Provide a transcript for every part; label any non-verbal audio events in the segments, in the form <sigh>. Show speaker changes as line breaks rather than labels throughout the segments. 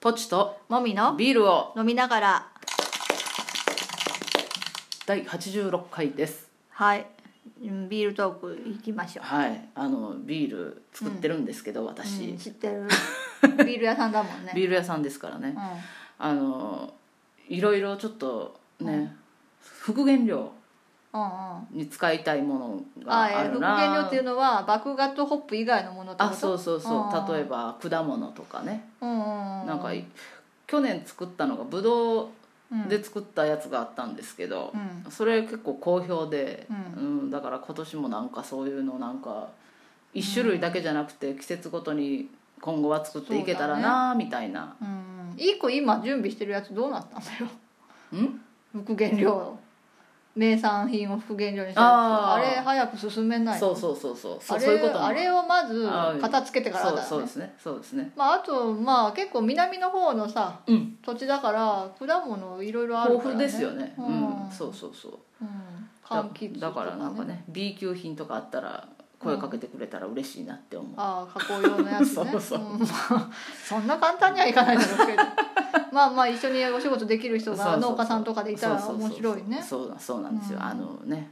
ポチと
もみの
ビールを
飲みながら
第86回です
はいうんビールトーク行きましょう、
はいあのビール作ってるんですけど、私、
うん知って
<laughs>
るビール屋さんだもんね
ビール屋さんですからね、
う
あのいろいろちょっとね、復元料
ん、うんうん
に使いたいものが
あ
あ
えー
る
復
な
元料っていうのは麦芽とホップ以外のものってこ
あ
と
そうそうそう
うん
例えば果物とかね、
うんうんうん
なんかい去年作ったのがぶどう
うん
で作ったやつがあったんですけど
う、ん
それ結構好評で、
う
うんだから今年もなんかそういうのなんか一種類だけじゃなくて季節ごとに今後は作っていけたらなみたいな、
うん一個今準備してるやつどうなったんだよ <laughs>
ん
復元料を名産品を復元料にしたやつ
あ
あ
ー
れ早く進めない
そうそうそうそうそ
あ
う
れ
そういうことも
あれをまず
あー
片付けてからだよね
そうそうですねそうですね
まあ、あとまあ結構南の方のさ
うん
土地だから果物いろいろある
豊
か
富
ら、ね、
ですよね、うん
うん
そうそうそう
うん
だ
柑橘
だ
と
からなんかね B 級品とかあったら声かけてくれたら嬉しいなって思う、
ああ加工用のやつね
<laughs> そうそうん
まあそんな簡単にはいかないだろうけど
<laughs>
まあまあ一緒にお仕事できる人
そうそ
が
うそう
農家さんとかでいたら面白いねそ
そうそうそうそうなんですよ、
うん
あのね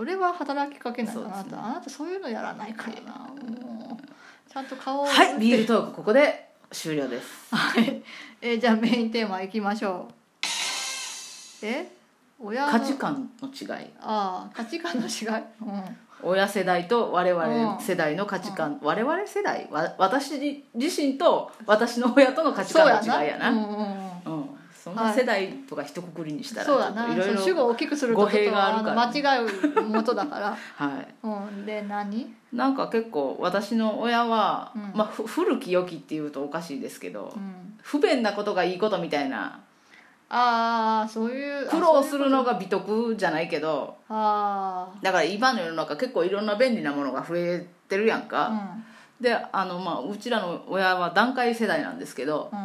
れは働きかけないかな
そ
あ
う
な
です
た、
ね
あなたそういうのやらないからなもうちゃんと顔を映っ
はいビール
て
トークここで終了です
はい、えーじゃあメインテーマいきましょうえ親の
価値観の違い
ああ価値観の違い、うん、
親世代と我
う
々
ん
世代の価値観、我々世代わ私自身と私の親との価値観の違いやな
う
うんん
うんうん
そんな世代とか一括りにしたらちょ
そうや
っと
ない
ろい
その主語
ろ
を大きくすることと
語弊があるから
あの間違う元だから <laughs>
は
うんで何
いなんか結構私の親は、
うん
まあ、ふ古き良きっていうとおかしいですけど、
うん
不便なことがいいことみたいな
ああそういう
苦労するのが美徳じゃないけど
あ
だから今の世の中結構いろんな便利なものが増えてるやん
あ
か、であの、まあ、うちらの親は団塊世代なんですけど、
うん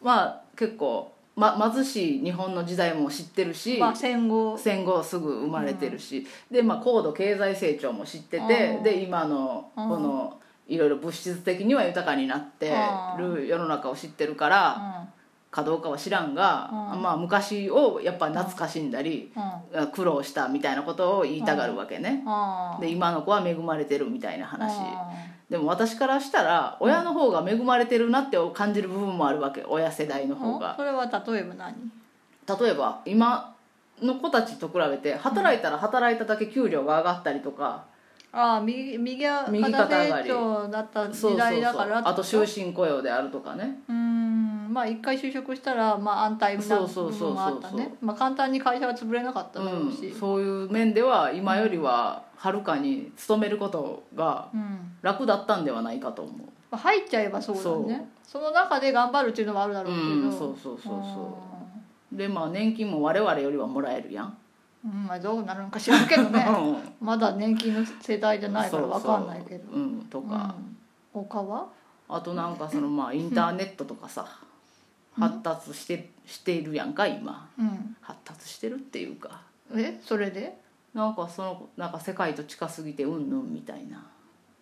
まあ結構、ま、貧しい日本の時代も知ってる
う
し、
んまあ戦後
戦後すぐ生まれてるし、で、まあ、高度経済成長も知ってて
うん
で今のこのいろいろ物質的には豊かになってる世の中を知ってるからかどうかは知らんが、
うん
まあ、昔をやっぱ懐かしんだり
うんうん
苦労したみたいなことを言いたがるわけね。
あー
で今の子は恵まれてるみたいな話
あ
でも私からしたら親の方が恵まれてるなって感じる部分もあるわけ親世代の
ー
方が
うんそれは例えば何
例えば今の子たちと比べて働いたら働いただけ給料が上がったりとか、
ああ右右肩
右肩上が
成
り
長だった
そう
時
そう
代だ
そ
か
う
らって
あ
こと
終身雇用であるとかね
うーんまあ一回就職したら、まあ、安泰な
そ
部
うそうそうそう
分もあったねまあ簡単に会社は潰れなかっただろうし、
うん、そういう面では今よりははるかに勤めることが
うん
楽だったんではないかと思う
まあ、入っちゃえばそうだねその中で頑張るっていうのはあるだろうけど、
うんそうそうそうそうでまあ年金も我々よりはもらえるやん、
うん、うんまあ、どうなるのか知らんけどね
<laughs> う
<laughs> まだ年金の世代じゃ
ん
ないから分かんないけど
そうそううんとか、
うん他は
あとなんかそのまあインターネットとかさ、発達してしているやんか今
うん
発達してるっていうか
えそれで
なんかそのなんか世界と近すぎてうんぬんみたいな、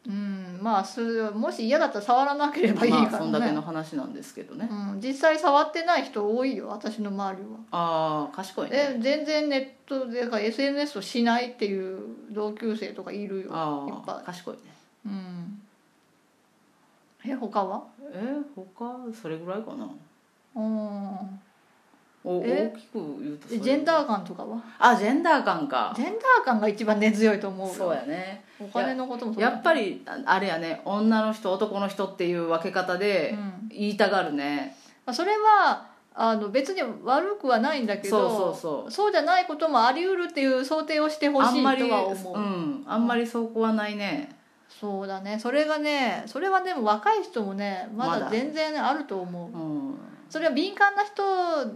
うんまあそれもし嫌だったら触らなければいいから
ま
ね、
あそんだけの話なんですけどね、
うん、実際触ってない人多いよ私の周りは
ああ賢いね
え全然ネットでか SNS をしないっていう同級生とかいるよいっ
あ
ぱ
あ賢いね
いうんえ他は
え他それぐらいかな
うん
お
え
大きく言うとそ
で
れ
ジェンダー感とかは
あジェンダー感か
ジェンダー感が一番根強いと思うよ
そうやね
お金のこともそう
やっぱりああれやね女の人男の人っていう分け方
りう
で
ん
言いたがるね、
まあ、それはあの別に悪くはないんだけど
そうそうそう
じゃないこともあり得るっていう想定をしてほ
あ
し
ん
い
まり
とは思う、
うん、あんまりそこはないね
そうだねそれがねそれはでも若い人もねま
まだ
だ全然ねあると思
う
う
んう
それは敏感な人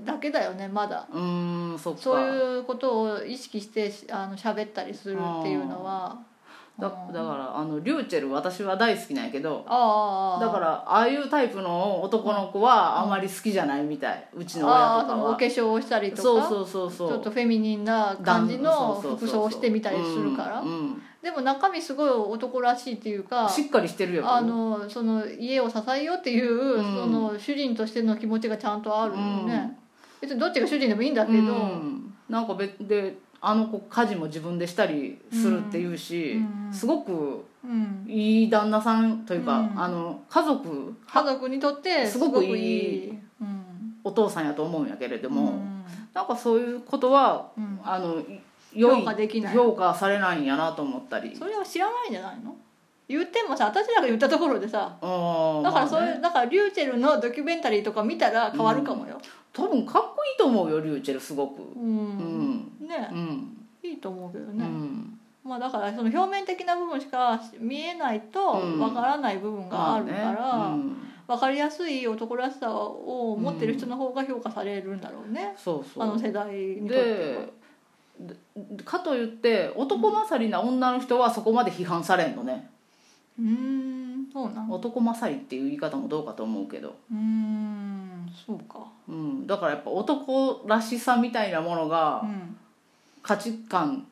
だけだよねまだ
ーんそっか
そういうことを意識してしあの喋ったりするっていうのは
だだ
う
か
ん
らあのリューチェル私は大好きなんやけど
ああ
だからああいうタイプの男の子はあまり好きじゃないみたいうちの
あ
親
あ
と
そ
か
のお
は
化粧をしたりとか
そうそうそうそう
ちょっとフェミニンな感じの服装をしてみたりするから
うんうん
でも中身すごい男らしいっていうか
しっかりしてるよ
あのその家を支えようっていう、
うん
その主人としての気持ちがちゃんとあるよね、
うん
別にどっちが主人でもいいんだけど、
うんなんか別であの子家事も自分でしたりするっていうし、
うんうん
すごく
うん
いい旦那さんというか、
うん
あの家族
家族にとってす
す
ご
ご
く
く
い
い
い
い
うん、
お父さんやと思うんやけれど
で
も、なんかそういうことは、
うん
あのい良い
評価できない
評価されないんやなと思ったり
それは知らないんじゃないの言ってもさ私らが言ったところでさ
うん
だからそういう、
まあね
だからリューチェルのドキュメンタリーとか見たら変わるかもよ、
多分かっこいいと思うよリューチェルすごく
う
うんん
ね
うん、うん
いいと思うけどね、まあだからその表面的な部分しか見えないと
うん
わからない部分があるから、
まあねうん
分かりやすい男らしさを持ってる人の方が評価されるんだろうね、
そうそう
あの世代にとっては
ででかといって男勝りな女の人はそこまで批判されんのね、
うーんそうなんう
男勝りっていう言い方もどうかと思うけど、
ーんそうか
うん、だからやっぱ男らしさみたいなものが
うん
価値観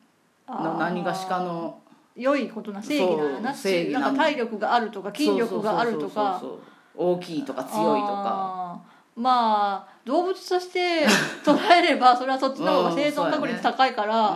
あー
の何がしかの
良いことな正義なんやな
そう正義な
なん
の
か体力があるとか筋力があるとか
そうそうそうそう大きいとか強いとか
あーまあ動物として捉えればそれはそっちの方が生存確率高いから、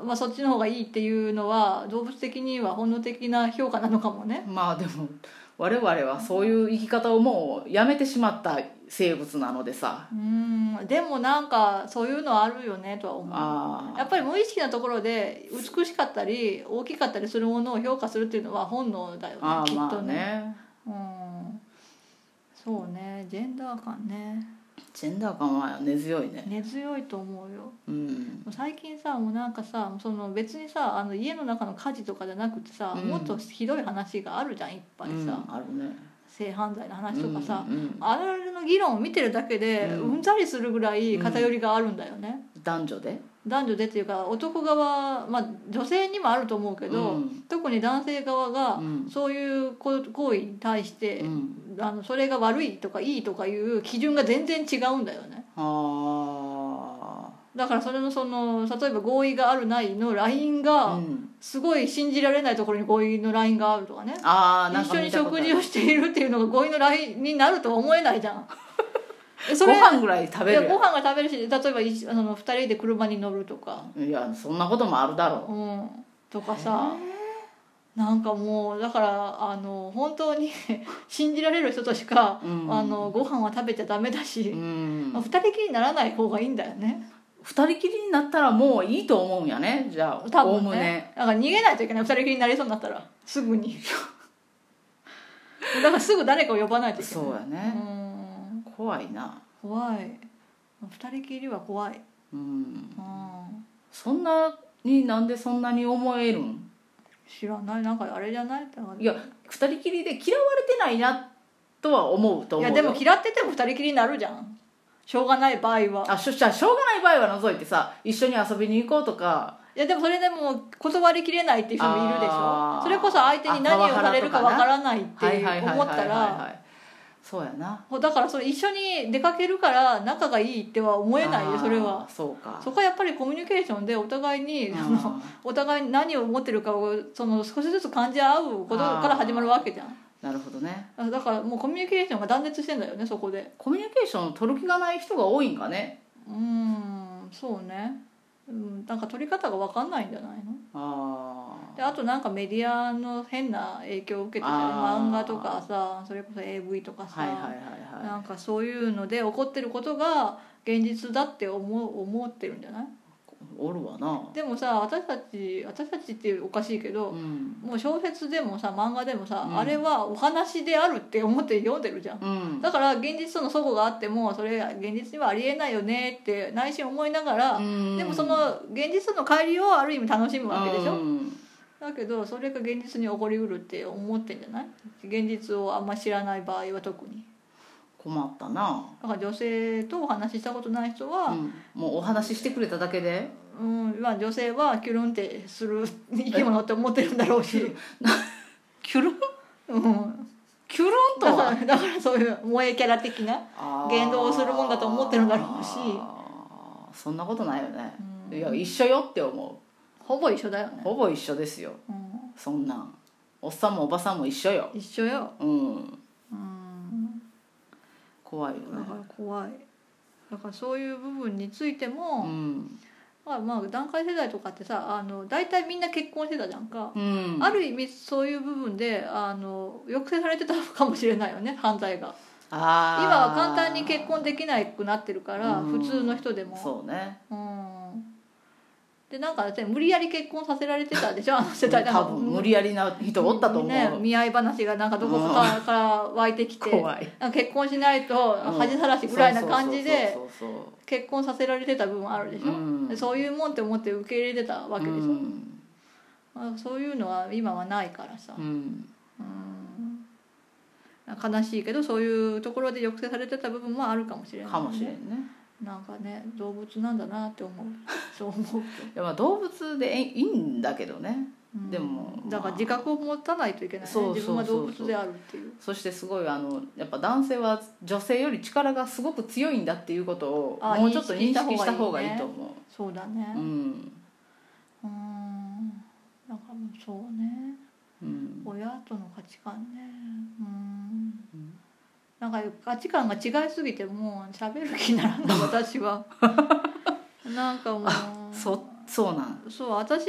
う
まあ、そっちの方がいいっていうのは動物的には本能的な評価なのかもね
ん、まあでも我々はそういう生き方をもうやめてしまった生物なのでさ
うんでもなんかそういうのはあるよねとは思う
あ
やっぱり無意識なところで美しかったり大きかったりするものを評価するっていうのは本能だよ
ー
ね
あ
き
ー
っ
ま
と
あ
ね
ね
うんそうねジェンダー感ね
ジェンダー感は根強いね
根強いと思うよも
うん
う最近さもうなんかさその別にさあの家の中の家事とかじゃなくてさ、
うん
もっとひどい話があるじゃんいっぱいさ、
うんあるね
性犯罪の話とかさ、
うんうん
あれの議論を見てるだけで
う
うんんざりするぐらい偏りがあるんだよね、
男女で
男女でっていうか男側、まあ、女性にもあると思うけど、
うん
特に男性側が
うん
そういうこ行為に対して、
うん
あのそれが悪いとかいいとかいう基準が全然違うんだよね
あ
だからそれのその例えば合意があるないのライン
あ、う
が
ん、
すごい信じられないところに合意のラインがあるとかね
あーなん
一
か
緒
見
に
たことあ
食
る
事をしているっていうのが合意のラインになるとは思えないじ
<laughs>
ゃんえそ
ご
れ
飯ぐらい食べ
い
る
やご飯が食べるし例えば一あの2人で車に乗るとか、
やんいやそんなこともあるだろ
うん、とかさなんかもうだからあの本当に <laughs> 信じられる人としか、
う、うん、
あのご飯は食べちゃダメだ
う
し、
ん
まあ、2人きりにならない方がいいんだよね
二人きりになったらもういいと思うんやねじゃあ
多
おお
分
む
ね
ね
だから逃げないといけない2人きりになりそうになったらすぐ
<laughs>
にだからすぐ誰かを呼ばないといけない
そうやね、
うん
怖いな
怖い2人きりは怖い、
うん
うん
そんなになんでそんなに思えるん
知らないなんかあれじゃないだから
いや二人きりで嫌われてないなとは思うと
い
思う
や
よ
でも嫌ってても二人きりになるじゃんしょうがない場合は
あしょじゃあしょうがない場合は除いてさ一緒に遊びに行こうとか
いやでもそれでも断りきれないっていう人もいるでし
あ
ょ
ー
それこそ相手に何を
あパワハラ
されるか
とかな
わからないって
はいはいはいはい
思
はい
ったら
はいそうやな
だからそれ一緒に出かけるから仲がいいっては思えない
あ
よ
ー
それは
そうか
そこはやっぱりコミュニケーションでお互いに <laughs>
うん
そのお互いに何を思ってるかをその少しずつ感じ合うことから始まるわけじゃん
なるほどね
あだからもうコミュニケーションが断絶してんだよねそこで
コミュニケーションを取る気がない人が多いんかね
うーんそうね、うん、なんか取り方が分かんないんじゃないの
ああ
であとなんかメディアの変な影響を受けてたよね
あー
漫画とかさそれこそ AV とかさ、
はいはいはいはい
なんかそういうので起こってることが現実だって思う思ってるんじゃない
おるわな
でもさ私たち私たちっていうおかしいけど、
うん
もう小説でもさ漫画でもさ、
うん
あれはお話であるって思って読んでるじゃん
うん
だから現実との齟齬があってもそれ現実にはありえないよねって内心思いながら、
うん
でもその現実との乖離をある意味楽しむわけでしょ、
うん
だけどそれが現実に起こりうるって思ってんじゃない現実をあんま知らない場合は特に
困ったな
だから女性とお話ししたことない人
う
は、
んもうお話ししてくれただけで
うんまあ、女性はキュルンってする生き物って思ってるんだろうし、
<laughs> キュルン
うん、
キュルンと
だか
は
らだからそういう萌えキャラ的な、
あー
言動をするもんだと思ってるんだろうし
あーそんなことないよね
うん
いや一緒よって思
ほぼ一緒だよね、
ほぼ一緒ですよ
うん、
そんなんおっさんもおばさんも一緒よ
一緒よ
うん
うん
怖いよ
だ
ね
から怖いだからそういう部分について
う
も、
ん、
まあまあ団塊世代とかってさあの大体みんな結婚してたじゃんか、
うん、
ある意味そういう部分であの抑制されてたのかもしれないよね <laughs> 犯罪が
あー
今は簡単に結婚できなくなってるから、
うん
普通の人でも
そうね
うんでなんかだって無理やり結婚させられてたでしょあの世代
多分無理やりな人おったと思う、
ね、見合い話がなんかどこかから湧いてきて
怖い
なんか結婚しないと
うん
恥さらしぐらいな感じで
そうそうそう
結婚させられてた部分あるでしょ、
うん
でそういうもんって思って受け入れてた
そ
わ
う
けでしょ、
うん
まあ、そういうのは今はないからさ
うん
うん悲しいけどそういうところで抑制されてた部分もあるかもしれない、ね、
かもしれんね
なんかね動物なんだなっ
<laughs>
て思うそう思うけど
いやまあ動物でいいんだけどね
うん
でも
だから自覚を持たないといけないね
そうそうそう
自分が動物であるっていう
そしてすごいあのやっぱ男性は女性より力がすごく強いんだっていうことを
あ
もうちょっと認
認識
識し
したた
方
方
が
がいい
い
ね
いと思
そうだ
うう
ね
ん
うんなんかもうそうね
うん
親との価値観ねうんなんか価値観が違いすぎてもう喋る気にな
<laughs>
らない私はなんかもう
そそうなん
そう私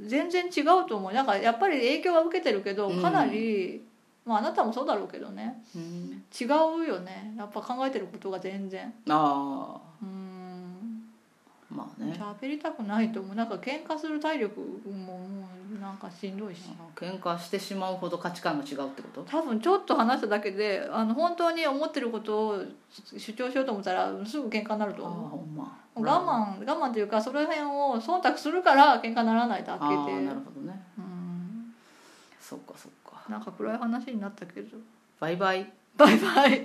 全然違うと思うなんかやっぱり影響は受けてるけど
うん
かなり、まああなたもそうだろうけどね
うん
違うよねやっぱ考えてることが全然
あ
うーん
あまあね
喋りたくないと思うなんか喧嘩する体力ももうなんかしんどいし
喧嘩してしまうほど価値観が違うってこと
多分ちょっと話しただけであの本当に思ってることを主張しようと思ったらすぐ喧嘩になる
あ
と
あ
思
ほんま
う我慢我慢というかその辺を忖度するから喧嘩ならないだけ
あ
で
あなるほどね
うん
そっかそっか
なんか暗い話になったけど。
バイバイ
バイバイ。